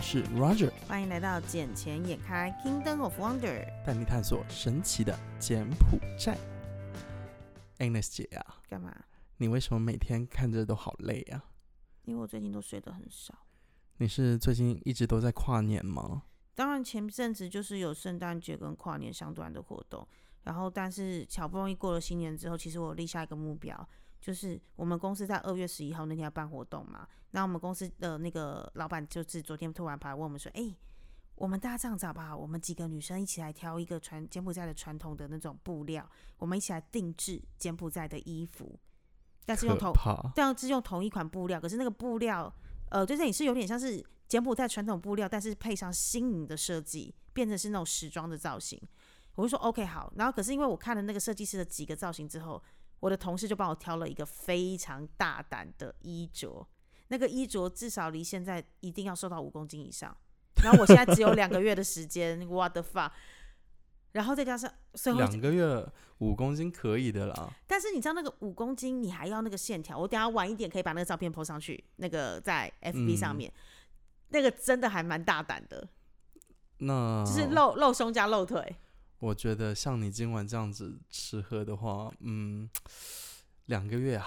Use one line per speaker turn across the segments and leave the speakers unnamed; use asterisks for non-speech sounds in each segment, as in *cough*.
是 Roger，
欢迎来到《捡钱眼开 Kingdom of Wonder》。
带你探索神奇的柬埔寨。Agnes 姐啊，
干嘛？
你为什么每天看着都好累啊？
因为我最近都睡得很少。
你是最近一直都在跨年吗？
当然，前阵子就是有圣诞节跟跨年相关的活动，然后但是好不容易过了新年之后，其实我有立下一个目标，就是我们公司在二月十一号那天要办活动嘛，那我们公司的那个老板就是昨天突然跑来问我们说，哎、我们大家这样子好不好？我们几个女生一起来挑一个传柬埔寨的传统的那种布料，我们一起来定制柬埔寨的衣服，但是用
可
同
怕，
这样是用同一款布料，可是那个布料，呃，就是你是有点像是柬埔寨传统布料，但是配上新颖的设计，变成是那种时装的造型。我就说 OK 好，然后可是因为我看了那个设计师的几个造型之后，我的同事就帮我挑了一个非常大胆的衣着，那个衣着至少离现在一定要瘦到五公斤以上。然后我现在只有两个月的时间 *laughs* ，what the fuck！然后再加上最后
两个月五公斤可以的啦。
但是你知道那个五公斤，你还要那个线条。我等一下晚一点可以把那个照片 po 上去，那个在 FB
嗯
上面，那个真的还蛮大胆的，
那
就是露露胸加露腿。
我觉得像你今晚这样子吃喝的话，嗯，两个月啊，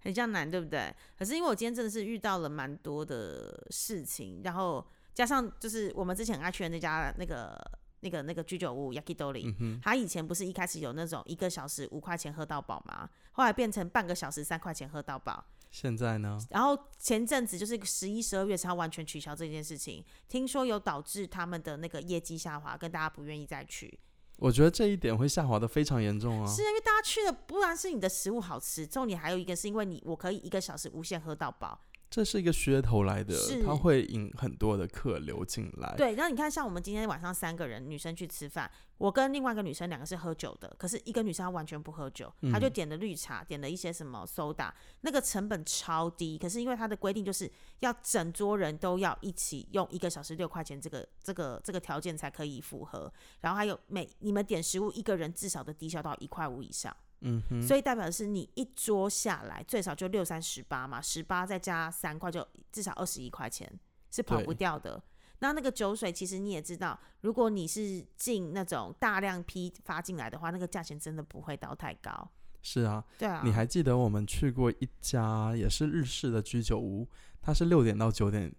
很像难，对不对？可是因为我今天真的是遇到了蛮多的事情，然后加上就是我们之前很爱去的那家那个那个那个居酒屋 Yakitori，、他
嗯
以前不是一开始有那种一个小时五块钱喝到饱吗？后来变成半个小时三块钱喝到饱，
现在呢，
然后前阵子就是十一、十二月，他完全取消这件事情，听说有导致他们的那个业绩下滑，跟大家不愿意再去。
我觉得这一点会下滑的非常严重啊。
是因为大家去了，不然是你的食物好吃，重点还有一个是因为你我可以一个小时无限喝到饱。
这是一个噱头来的
是，
它会引很多的客流进来。
对，然后你看，像我们今天晚上三个人女生去吃饭，我跟另外一个女生两个是喝酒的，可是一个女生她完全不喝酒，她就点了绿茶，点了一些什么 soda，那个成本超低，可是因为它的规定就是要整桌人都要一起用一个小时六块钱这个这个这个条件才可以符合，然后还有每你们点食物一个人至少都低消到一块五以上。
嗯哼，
所以代表的是你一桌下来最少就六三十八嘛，十八再加三块就至少二十一块钱，是跑不
对
掉的。那那个酒水其实你也知道，如果你是进那种大量批发进来的话，那个价钱真的不会到太高。
是啊，
对啊，
你还记得我们去过一家也是日式的居酒屋，它是六点到九点，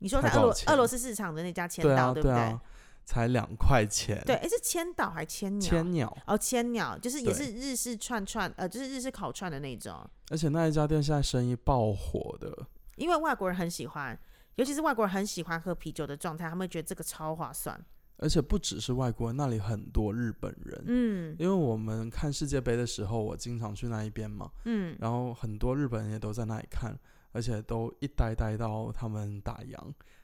你说
才
在俄罗
多少钱
俄罗斯市场的那家千
对
岛，
啊
不对？
啊，才两块钱，
对，诶是千岛还千鸟？
千鸟。
哦，千鸟就是也
对
是日式串串，呃，就是日式烤串的那种，
而且那一家店现在生意爆火的，
因为外国人很喜欢，尤其是外国人很喜欢喝啤酒的状态，他们觉得这个超划算。
而且不只是外国人，那里很多日本人。
嗯
因为我们看世界杯的时候，我经常去那一边嘛，
嗯，
然后很多日本人也都在那里看，而且都一呆呆到他们打烊，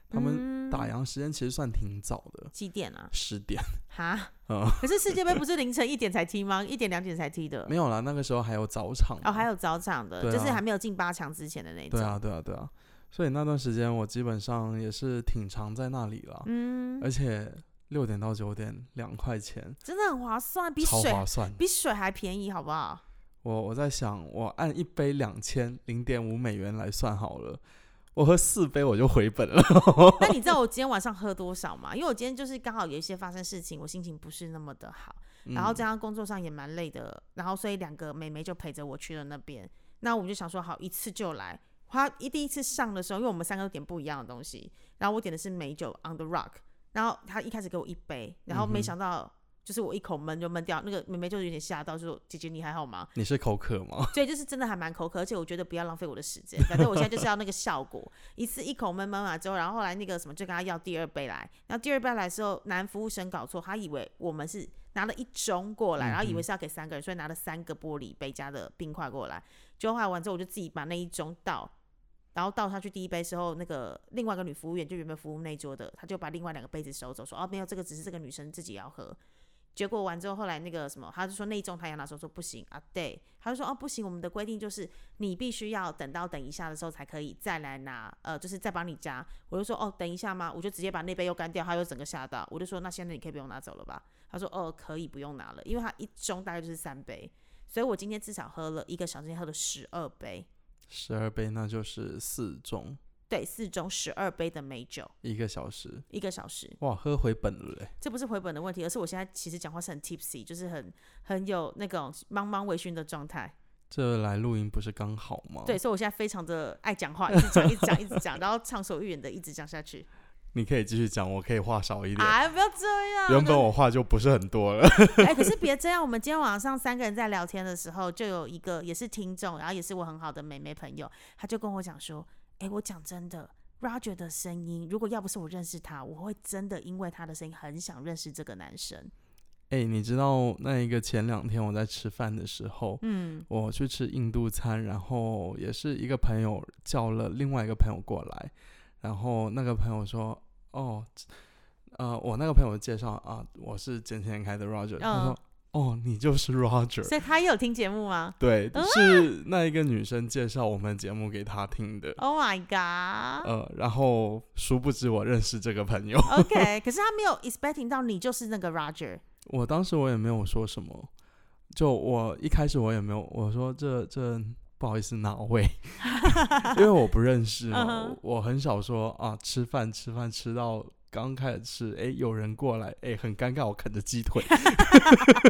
他们
们
打烊时间其实算挺早的，
嗯几点啊？
十点。
哈？
嗯
*laughs* 可是世界杯不是凌晨一点才踢吗？一点两点才踢的。
没有啦，那个时候还有早场
哦，
嘛
还有早场的，
对啊
就是还没有进八强之前的那种。
对啊，对啊，对啊。所以那段时间我基本上也是挺常在那里了，
嗯，
而且六点到九点两块钱，
真的很划算，比
超
水
划算。
比水还便宜，好不
*laughs*
好？
我我在想，我按一杯两千零点五美元来算好了，我喝四杯我就回
*laughs*
本了。
那你知道我今天晚上喝多少吗？因为我今天就是刚好有一些发生事情，我心情不是那么的好，然后
嗯
加上工作上也蛮累的，然后所以两个妹妹就陪着我去了那边。那我就想说，好，一次就来。她一第一次上的时候，因为我们三个都点不一样的东西，然后我点的是美酒 On the Rock，然后她一开始给我一杯，然后没
嗯哼
想到就是我一口闷就闷掉，那个妹妹就有点吓到，就说：“姐姐你还好吗？”
你是口渴吗？
所以就是真的还蛮口渴，而且我觉得不要浪费我的时间，反正我现在就是要那个效果，一次一口闷闷完之后，然后后来那个什么就跟他要第二杯来，然后第二杯来的时候，男服务生搞错，他以为我们是拿了一盅过来，然后以为是要给三个人，所以拿了三个玻璃杯加的冰块过来，就后来完之后我就自己把那一盅倒。然后倒下去第一杯时候，那个另外一个女服务员就原本服务那一桌的，她就把另外两个杯子收走，说哦没有，这个只是这个女生自己要喝。结果完之后，后来那个什么，他就说那一种他要拿手说不行啊，对，他就说哦不行，我们的规定就是你必须要等到等一下的时候才可以再来拿，呃，就是再帮你加。我就说哦等一下吗？我就直接把那杯又干掉，他又整个吓到，我就说那现在你可以不用拿走了吧？他说哦可以不用拿了，因为他一盅大概就是三杯，所以我今天至少喝了一个小时，喝了十二杯。
十二杯那就是四盅，
对，四盅十二杯的美酒，
一个小时，
一个小时。
哇，喝回本了嘞！
这不是回本的问题，而是我现在其实讲话是很 tipsy，就是很很有那种茫茫微醺的状态。
这来录音不是刚好吗？
对，，所以我现在非常的爱讲话，一直讲，一直讲，一直讲，然后畅所欲言的一直讲下
*laughs*
去。
你可以继续讲，我可以话少一点。
哎，不要这样。
原本我话就不是很多了，
哎、可是别这样。我们今天晚上三个人在聊天的时候，就有一个也是听众，然后也是我很好的妹妹朋友，她就跟我讲说：“哎、我讲真的，Roger 的声音，如果要不是我认识他，我会真的因为他的声音很想认识这个男生。
哎、你知道那一个前两天我在吃饭的时候，
嗯”
我去吃印度餐，然后也是一个朋友叫了另外一个朋友过来，然后那个朋友说：“哦，呃，我那个朋友介绍啊，我是今天开的 Roger。他说：“哦，你就是 Roger。
所以他也有听节目吗”
对，
啊
是那一个女生介绍我们节目给他听的。
？Oh my
*laughs*
god！OK，、
呃，然后殊不知我认识这个朋友，
OK，可是他没有 expecting 到你就是那个 Roger。
我当时我也没有说什么，就我一开始我也没有，我说这这不好意思哪位， *laughs* 因为我不认识嘛，
嗯哼
我我很少说啊吃饭吃饭吃到刚开始吃，哎有人过来，哎很尴尬，我啃着鸡腿， *laughs*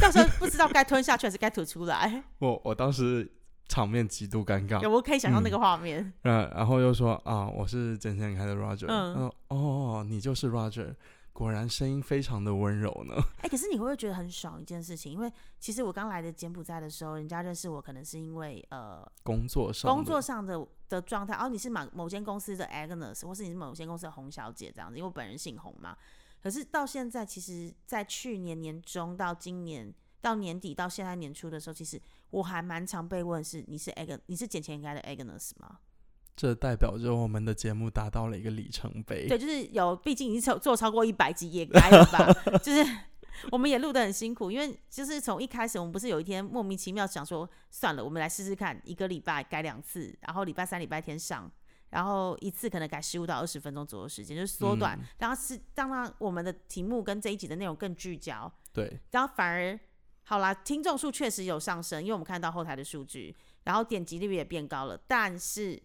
到时候不知道该吞下去还是该吐出来，
我我当时场面极度尴尬
有，我可以想象那
嗯
个画面。
嗯，然后又说啊我是简先开的 Roger，
嗯
嗯哦你就是 Roger，果然声音非常的温柔呢，
哎、可是你会不会觉得很爽一件事情？因为其实我刚来的柬埔寨的时候，人家认识我可能是因为呃
工作上
工
的
作上的的状态，哦，你是某某间公司的 Agnes，或是你是某间公司的洪小姐这样子，因为我本人姓洪嘛。可是到现在，其实，在去年年中到今年到年底到现在年初的时候，其实我还蛮常被问是你是 Ag 你是捡钱应该的 Agnes 吗？
这代表着我们的节目达到了一个里程碑。
对，就是有，毕竟已经超做超过一百集也该了吧？就是我们也录得很辛苦，因为就是从一开始我们不是有一天莫名其妙想说，算了，我们来试试看，一个礼拜改两次，然后礼拜三、礼拜天上。然后一次可能改十五到二十分钟左右时间，就是缩短，
嗯
然后是让让我们的题目跟这一集的内容更聚焦，
对
然后反而好啦，听众数确实有上升，因为我们看到后台的数据，然后点击率也变高了，但是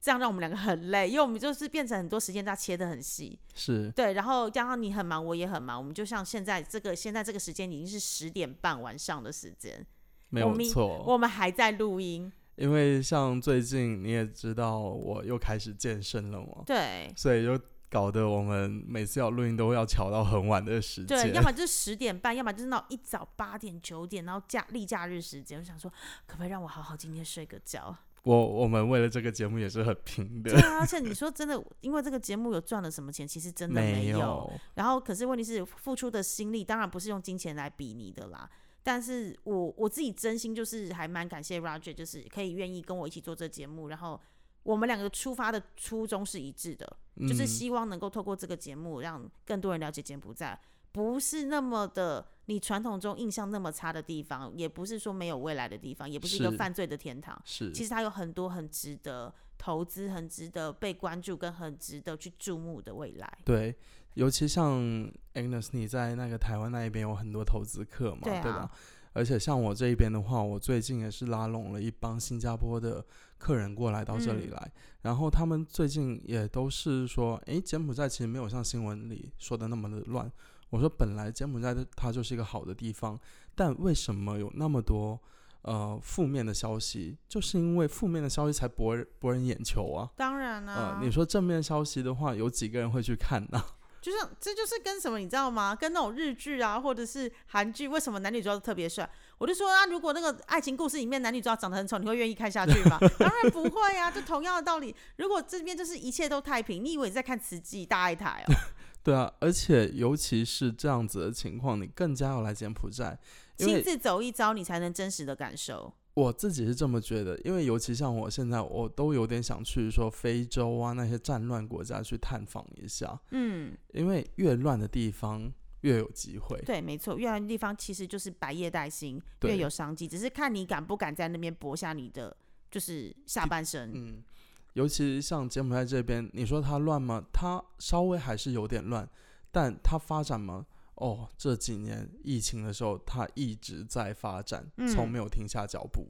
这样让我们两个很累，因为我们就是变成很多时间它切的很细，
是
对，然后加上你很忙，我也很忙，我们就像现在这个现在这个时间已经是十点半晚上的时间，
没
我
有
们
错。
我们还在录音，
因为像最近你也知道，我又开始健身了嘛，
对。
所以就搞得我们每次要录音都要调到很晚的时
对，
间
要。么就是十点半，要么就是闹一早八点九点，然后假例假日时间，我想说，可不可以让我好好今天睡个觉？
我我们为了这个节目也是很拼
对
的，
啊，而且你说真的，因为这个节目有赚了什么钱，其实真的没
有。
然后，可是问题是，付出的心力当然不是用金钱来比拟的啦。但是我我自己真心就是还蛮感谢 Roger，就是可以愿意跟我一起做这节目，然后我们两个出发的初衷是一致的，就是
嗯
希望能够透过这个节目让更多人了解柬埔寨，不是那么的你传统中印象那么差的地方，也不是说没有未来的地方，也不是一个
是
犯罪的天堂。
是
其实它有很多很值得投资、很值得被关注跟很值得去注目的未来。
对，尤其像 Agnes，你在那个台湾那一边有很多投资客嘛，
对啊
吧？而且像我这一边的话，我最近也是拉拢了一帮新加坡的客人过来到这里
嗯
来，然后他们最近也都是说，诶，柬埔寨其实没有像新闻里说的那么的乱。我说本来柬埔寨它它就是一个好的地方，但为什么有那么多呃负面的消息？就是因为负面的消息才博人博人眼球啊。
当然啦、
呃，你说正面消息的话，有几个人会去看呢、
就是这就是跟什么你知道吗？跟那种日剧啊，或者是韩剧，为什么男女主角都特别帅？我就说啊，如果那个爱情故事里面男女主角长得很丑，你会愿意看下去吗？ *laughs* 当然不会啊，就同样的道理。如果这边就是一切都太平，你以为你在看慈济大爱台 *laughs* 哦？
对啊，而且尤其是这样子的情况，你更加要来柬埔寨，因
亲
为
自走一遭，你才能真实的感受。
我自己是这么觉得，因为尤其像我现在，我都有点想去说非洲啊那些战乱国家去探访一下，
嗯，
因为越乱的地方越有机会。
对，没错，越南地方其实就是百业待兴，
对
越有商机，只是看你敢不敢在那边搏下你的就是下半身。
嗯，尤其像柬埔寨这边，你说它乱吗？它稍微还是有点乱，但它发展吗？哦，这几年疫情的时候，它一直在发展，从
嗯
没有停下脚步。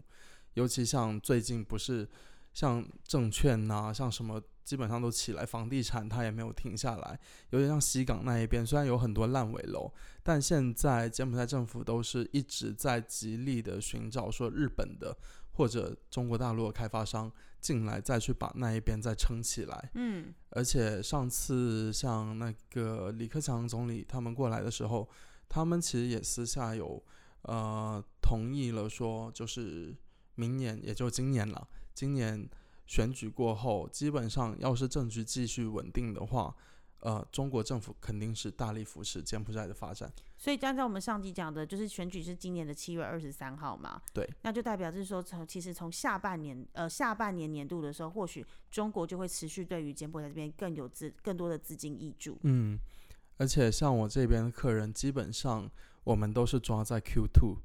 尤其像最近不是像证券呐、像什么基本上都起来，房地产它也没有停下来，有点像西港那一边，虽然有很多烂尾楼，但现在柬埔寨政府都是一直在极力的寻找说日本的或者中国大陆的开发商进来，再去把那一边再撑起来。
嗯，
而且上次像那个李克强总理他们过来的时候，他们其实也私下有呃同意了说，就是明年也就今年了，今年选举过后，基本上要是政局继续稳定的话。呃，中国政府肯定是大力扶持柬埔寨的发展，
所以按照我们上集讲的，就是选举是今年的七月二十三号嘛，
对，
那就代表是说从其实从下半年呃下半年年度的时候，或许中国就会持续对于柬埔寨这边更有资更多的资金挹注。
嗯，而且像我这边的客人，基本上我们都是抓在 Q two，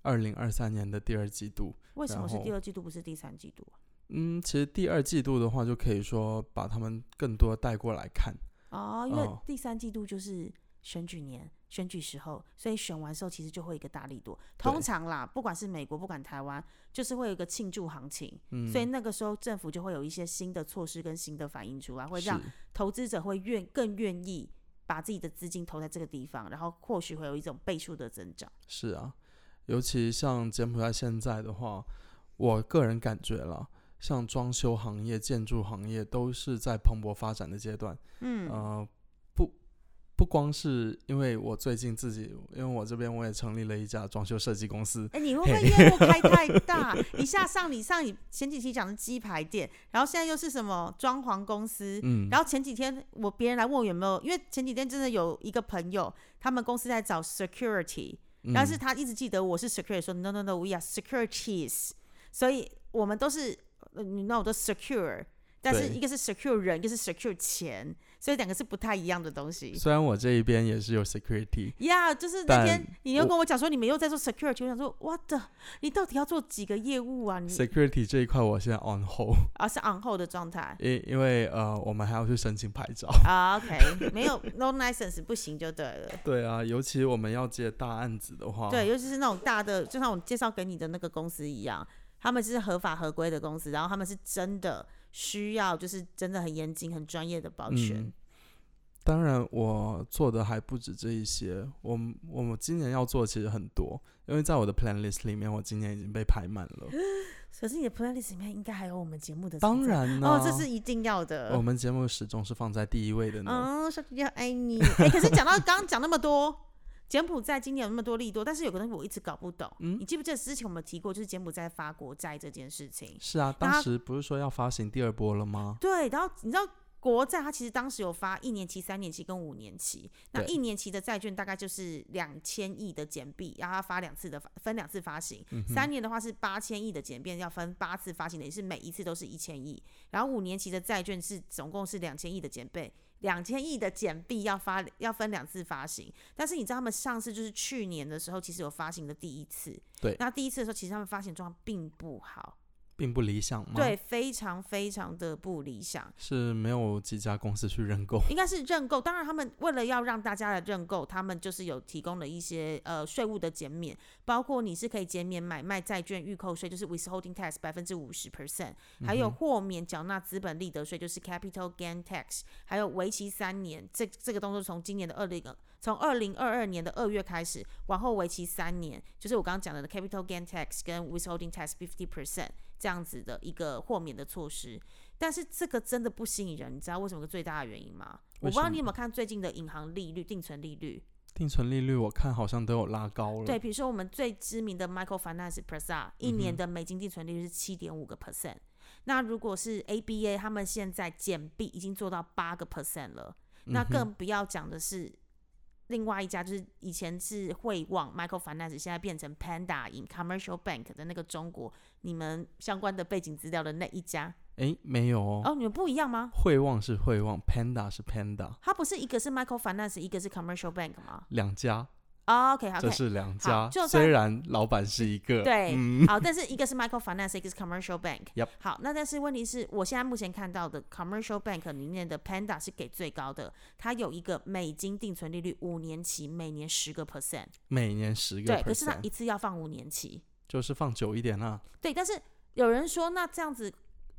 二零二三年的第二季度，
为什
然
么是第
后
二季度不是第三季度啊？
嗯，其实第二季度的话，就可以说把他们更多带过来看。
哦，因为
哦
第三季度就是选举年、选举时候，所以选完之后其实就会有一个大力度。通
对
常啦，不管是美国，不管台湾，就是会有一个庆祝行情，
嗯，
所以那个时候政府就会有一些新的措施跟新的反应出来，会
是
让投资者会愿更愿意把自己的资金投在这个地方，然后或许会有一种倍数的增长。
是啊，尤其像柬埔寨现在的话，我个人感觉啦，像装修行业、建筑行业都是在蓬勃发展的阶段。
嗯，
呃，不不光是因为我最近自己，因为我这边我也成立了一家装修设计公司，
哎、你会不会业务开太大？
*laughs*
一下上你上你前几期讲的鸡排店，然后现在又是什么装潢公司，
嗯，
然后前几天我别人来问我有没有，因为前几天真的有一个朋友，他们公司在找 security，但是
嗯
他一直记得我是 security，说 no no no，we are securities，所以我们都是，呃你那我都 secure，但是
对
一个是 secure 人，一个是 secure 钱，所以两个是不太一样的东西。
嗯虽然我这一边也是有 security，
呀就是那天
但
你又
我
跟我讲说你们又在做 security，我想说 what the，你到底要做几个业务啊？你
security 这一块我现在 on hold，
而、是 on hold 的状态
因因为呃我们还要去申请牌照。
啊？OK，没
*laughs*
有 no license 不行就对了。
对啊，尤其我们要接大案子的话，
对，，尤其是那种大的，就像我介绍给你的那个公司一样，他们是合法合规的公司，然后他们是真的需要，就是真的很严谨、很专业的保全。
嗯当然我做的还不止这一些，我们我们今年要做其实很多，因为在我的 plan list 里面，我今年已经被排满了。
可 *laughs* 是你的 playlist 里面应该还有我们节目的存
当
在，
然啊哦呢，
哦，这是一定要的
我。们节目始终是放在第一位的呢。
嗯，说要爱你。哎、可是讲到刚刚讲那么多。柬埔寨今年有那么多利多，但是有个东西我一直搞不懂。
嗯
你记不记得之前我们提过，就是柬埔寨发国债这件事情？
是啊，
那
当时不是说要发行第二波了吗？
对，然后你知道国债它其实当时有发一年期、三年期跟五年期，那
对
一年期的债券大概就是两千亿的柬币，然后它发两次的发分两次发行，
嗯
三年的话是八千亿的柬币，要分八次发行，等于是每一次都是一千亿，然后五年期的债券是总共是两千亿的柬币。两千亿的柬币要发要分两次发行，但是你知道他们上次就是去年的时候，其实有发行的第一次，
对
那第一次的时候，其实他们发行状况并不好，
并不理想嘛。
对，，非常非常的不理想。
是没有几家公司去认购。
应该是认购。当然，他们为了要让大家来认购，他们就是有提供了一些呃税务的减免，包括你是可以减免买卖债券预扣税，就是 withholding tax 百分之五十 percent，还
嗯
有豁免缴纳资本利得税，就是 capital gain tax，还有为期三年，这这个动作从今年的二零从二零二二年的二月开始，往后为期三年，就是我刚刚讲的 capital gain tax 跟 withholding tax fifty percent 这样子的一个豁免的措施。但是这个真的不吸引人，你知道为什么最大的原因吗？我不
为
知道
什
你有没
么
有看最近的银行利率、定存利率。
定存利率我看好像都有拉高了。
对，，比如说我们最知名的 Michael Finance Presa，一
嗯
年
哼
的美金定存利率是七点五个 percent。那如果是 ABA，他们现在减币已经做到八个 percent 了，那
嗯哼
更不要讲的是另外一家，就是以前是汇旺 Michael Finance，现在变成 Panda in Commercial Bank 的那个中国，你们相关的背景资料的那一家
诶，没有哦。
哦，你们不一样吗？
汇旺是汇旺，Panda 是 Panda，
它不是一个是 Michael Finance，一个是 Commercial Bank 吗、
两家，
o k 好，
这是两
好
家
就。算
虽然老板是一个，
对，
嗯，
好，但是一个是 Michael Finance，一个是 Commercial Bank。
Yep
好，那但是问题是我现在目前看到的 Commercial Bank 里面的 Panda 是给最高的，它有一个美金定存利率五年期，每年十个 percent。
每年十个
对，可是它
percent，
一次要放五年期。
就是放久一点啦、啊
对，但是有人说那这样子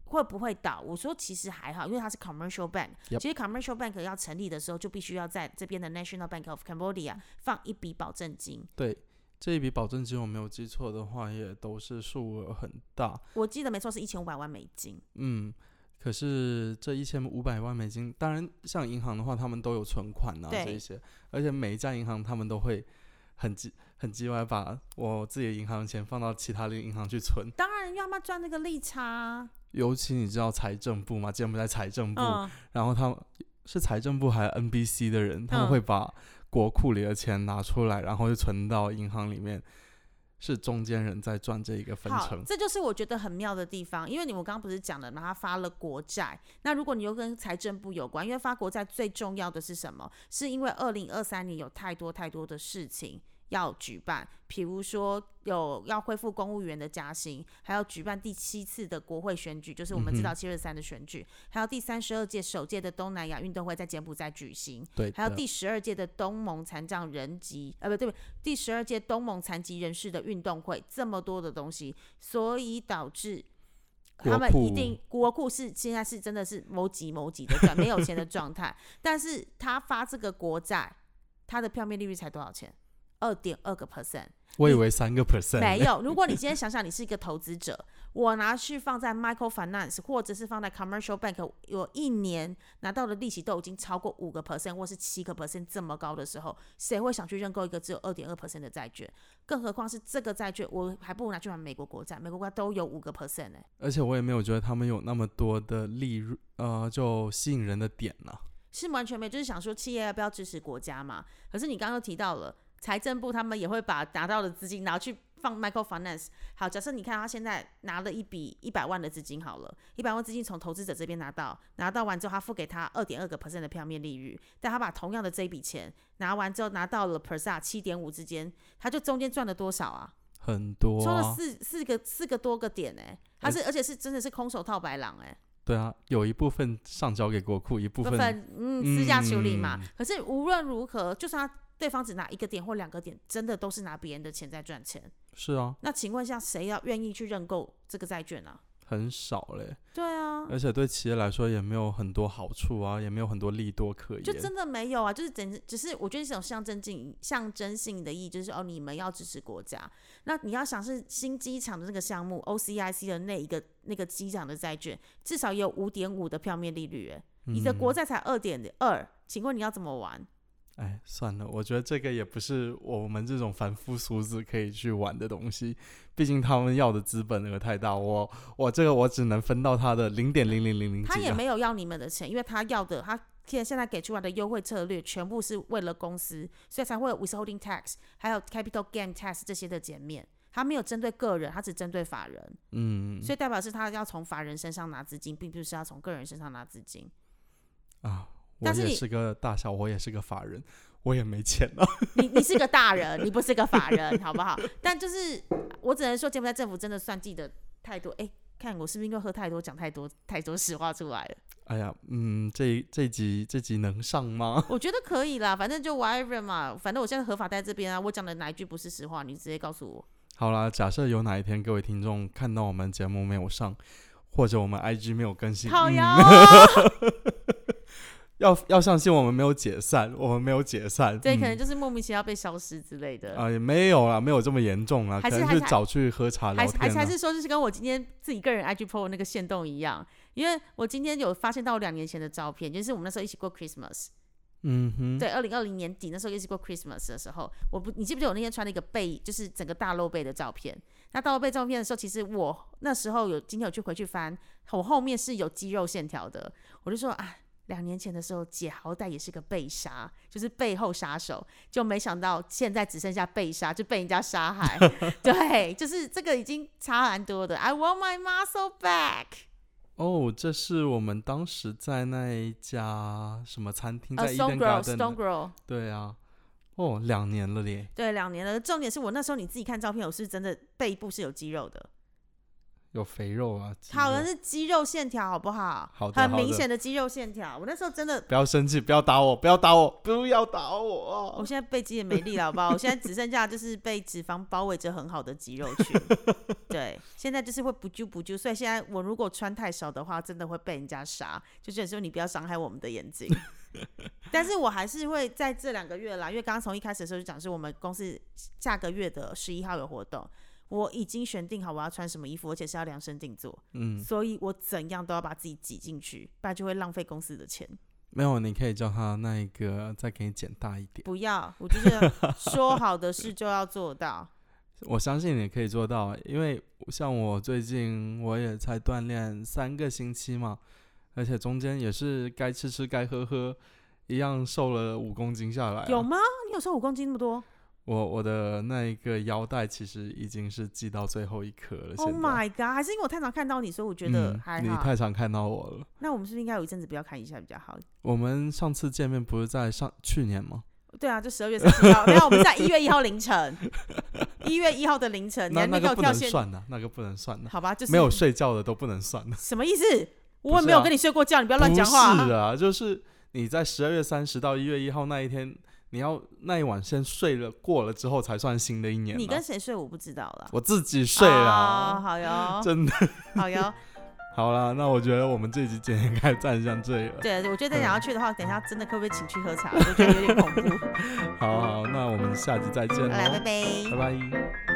会不会倒？我说其实还好，因为它是 commercial bank。
Yep
其实 commercial bank 要成立的时候，就必须要在这边的 National Bank of Cambodia 放一笔保证金。
对，这一笔保证金我没有记错的话，也都是数额很大。
我记得没错是一千五百万美金。
嗯，可是这一千五百万美金，当然像银行的话，他们都有存款啊
对
这一些，而且每一家银行他们都会很叽很叽歪，把我自己的银行的钱放到其他的银行去存。
当然，要么赚那个利差啊。
尤其你知道财政部嘛，柬埔寨财政部，
嗯，
然后他们是财政部还是 NBC 的人，他们会把国库里的钱拿出来，然后就存到银行里面，是中间人在赚这一个分
好
成，。
这就是我觉得很妙的地方，因为你我刚刚不是讲了嘛，他发了国债。那如果你又跟财政部有关，因为发国债最重要的是什么？是因为二零二三年有太多太多的事情要举办，比如说有要恢复公务员的加薪，还要举办第七次的国会选举，就是我
嗯
们知道七月三的选举，还有第三十二届首届的东南亚运动会在柬埔寨举行。
对的，
还有第十二届的东盟残障人籍，呃，不对，不对，第十二届东盟残疾人士的运动会，这么多的东西，所以导致
国
他们一
库
定国库是现在是真的是某几某几的赚，没有钱的状态。 *laughs* 但是他发这个国债，他的票面利率才多少钱？二点二个 percent。
我以为三个 percent，
没有。如果你今天想想，你是一个投资者， *laughs* 我拿去放在 Michael Finance 或者是放在 Commercial Bank，我一年拿到的利息都已经超过五个 percent 或是七个 percent 这么高的时候，谁会想去认购一个只有二点二 percent 的债券？更何况是这个债券，我还不如拿去买美国国债，美国国债都有五个 percent 欸呢。
而且我也没有觉得他们有那么多的利润，呃，就吸引人的点呢、
是完全没有，就是想说企业要不要支持国家嘛？可是你刚刚提到了财政部，他们也会把拿到的资金拿去放 micro finance。好，假设你看他现在拿了一笔一百万的资金好了，一百万资金从投资者这边拿到，拿到完之后他付给他二点二个 percent 的票面利率，但他把同样的这一笔钱拿完之后拿到了 persa 七点五之间，他就中间赚了多少啊？
很多、
说
啊
了。四四个四个多个点哎、他是而且是真的是空手套白狼哎、
对啊，有一部分上交给国库，一部
部
分
分嗯私下处理嘛。
嗯
可是无论如何，就算他对方只拿一个点或两个点，真的都是拿别人的钱在赚钱。
是啊，
那请问一下，谁要愿意去认购这个债券啊？
很少嘞，
对啊，
而且对企业来说也没有很多好处啊，也没有很多利多可言。
就真的没有啊，就是整只是我觉得是有象征性象征性的意义，就是哦你们要支持国家。那你要想是新机场的那个项目 OCIC 的那一个那个机场的债券，至少也有五点五的票面利率、欸，你的国
嗯
债才二点二，请问你要怎么玩？
哎，算了，我觉得这个也不是我们这种凡夫俗子可以去玩的东西，毕竟他们要的资本额太大，我我这个我只能分到他的零点零零零零
他
几
也
啊，
没有要你们的钱，因为他要的，他现现在给出来的优惠策略全部是为了公司，所以才会有 withholding tax，还有 capital gain tax 这些的减免。他没有针对个人，他只针对法人，
嗯
所以代表是他要从法人身上拿资金，并不是要从个人身上拿资金。
啊，我
但是
也
你
是个大小，我也是个法人，我也没钱啊。 *laughs*
你你是个大人，你不是个法人，好不好？但就是我只能说，柬埔寨政府真的算计的太多。哎、看我是不是因为喝太多，讲太多太多实话出来了？
哎呀，嗯，这这集这集能上吗？ *laughs*
我觉得可以啦，反正就 whatever 嘛，反正我现在合法在这边啊，我讲的哪一句不是实话，你直接告诉我。
好啦，假设有哪一天各位听众看到我们节目没有上，或者我们 IG 没有更新，
好
嗯 *laughs*
呀、哦，
要要相信我们没有解散，我们没有解散，
对，
嗯
可能就是莫名其妙被消失之类的，
啊、也没有啦，没有这么严重啦，
还是
可能
还是
是找去喝茶聊
还是还
天啊
是还
啦。
是说就是跟我今天自己个人 IG po 的那个线动一样，因为我今天有发现到我两年前的照片，就是我们那时候一起过 Christmas，、
嗯哼，
对，二零二零年底那时候一起过 Christmas 的时候，我不，你记不记得我那天穿了一个背，就是整个大露背的照片？那大露背照片的时候，其实我那时候有今天有去回去翻，我后面是有肌肉线条的，我就说啊。两年前的时候，姐好歹也是个被杀，就是背后杀手，就没想到现在只剩下被杀，就被人家杀
*laughs*
害。对，就是这个已经差蛮多的。I want my muscle back。
哦，这是我们当时在那一家什么餐厅，
呃
在
，Stone
Eden
Girl，Stone
Garden，的
Girl，
对啊，哦，两年了咧，
对，两年了。重点是我那时候你自己看照片，我是真的背部是有肌肉的。
有肥肉啊，鸡
好像
肉
是肌肉线条，好不好？
好的
很
好
明
的
显的肌肉线条。我那时候真的，
不要生气，不要打我，不要打我，不要打我。啊
我现在背肌也没力了，好不好？我现在只剩下就是被脂肪包围着很好的肌肉群。对，现在就是会不揪不揪，所以现在我如果穿太少的话，真的会被人家杀。就是说你不要伤害我们的眼睛。但是我还是会在这两个月啦，因为刚刚从一开始的时候就讲是我们公司下个月的十一号有活动，我已经选定好我要穿什么衣服，而且是要量身定做。
嗯，
所以我怎样都要把自己挤进去，不然就会浪费公司的钱。
没有，你可以叫他那一个再给你剪大一点。
不要，我就是说好的事就要做到。
我相信你可以做到，因为像我最近我也才锻炼三个星期嘛，而且中间也是该吃吃该喝喝，一样瘦了五公斤下来啊、
有吗？你有瘦五公斤那么多
我我的那一个腰带其实已经是系到最后一颗了。
？Oh
现在
my god！还是因为我太常看到你，所以我觉得
嗯
还
你
好。
太常看到我了。
那我们是不是应该有一阵子不要看一下比较好？
我们上次见面不是在上去年吗？
对啊，就十二月三十
*laughs*
号，没有，我们是在一月一号凌晨，一月一号的凌晨，你
*laughs* 那
还
那
没给
个
我
不
跳
能
线，
算的，那个不能算的，
好吧？就是
没有睡觉的都不能算的。
什么意思？
不
我也
是
没有
啊
跟你睡过觉，你不要乱讲话、
不是啊，就是你在十二月三十到一月一号那一天，你要那一晚先睡了过了之后，才算新的一年啊。
你跟谁睡我不知道了。
我自己睡了
啊
啊，
好
*laughs*
哟，
真的。
好哟。
好啦，那我觉得我们这集今天该 *laughs* 站上这里了。
对，我觉得
嗯
想要去的话，等一下真的可不可以请去
*laughs*
喝茶？我觉得有点恐怖。
好好，那我们下集再见
好
喽
啦，拜，拜
拜拜。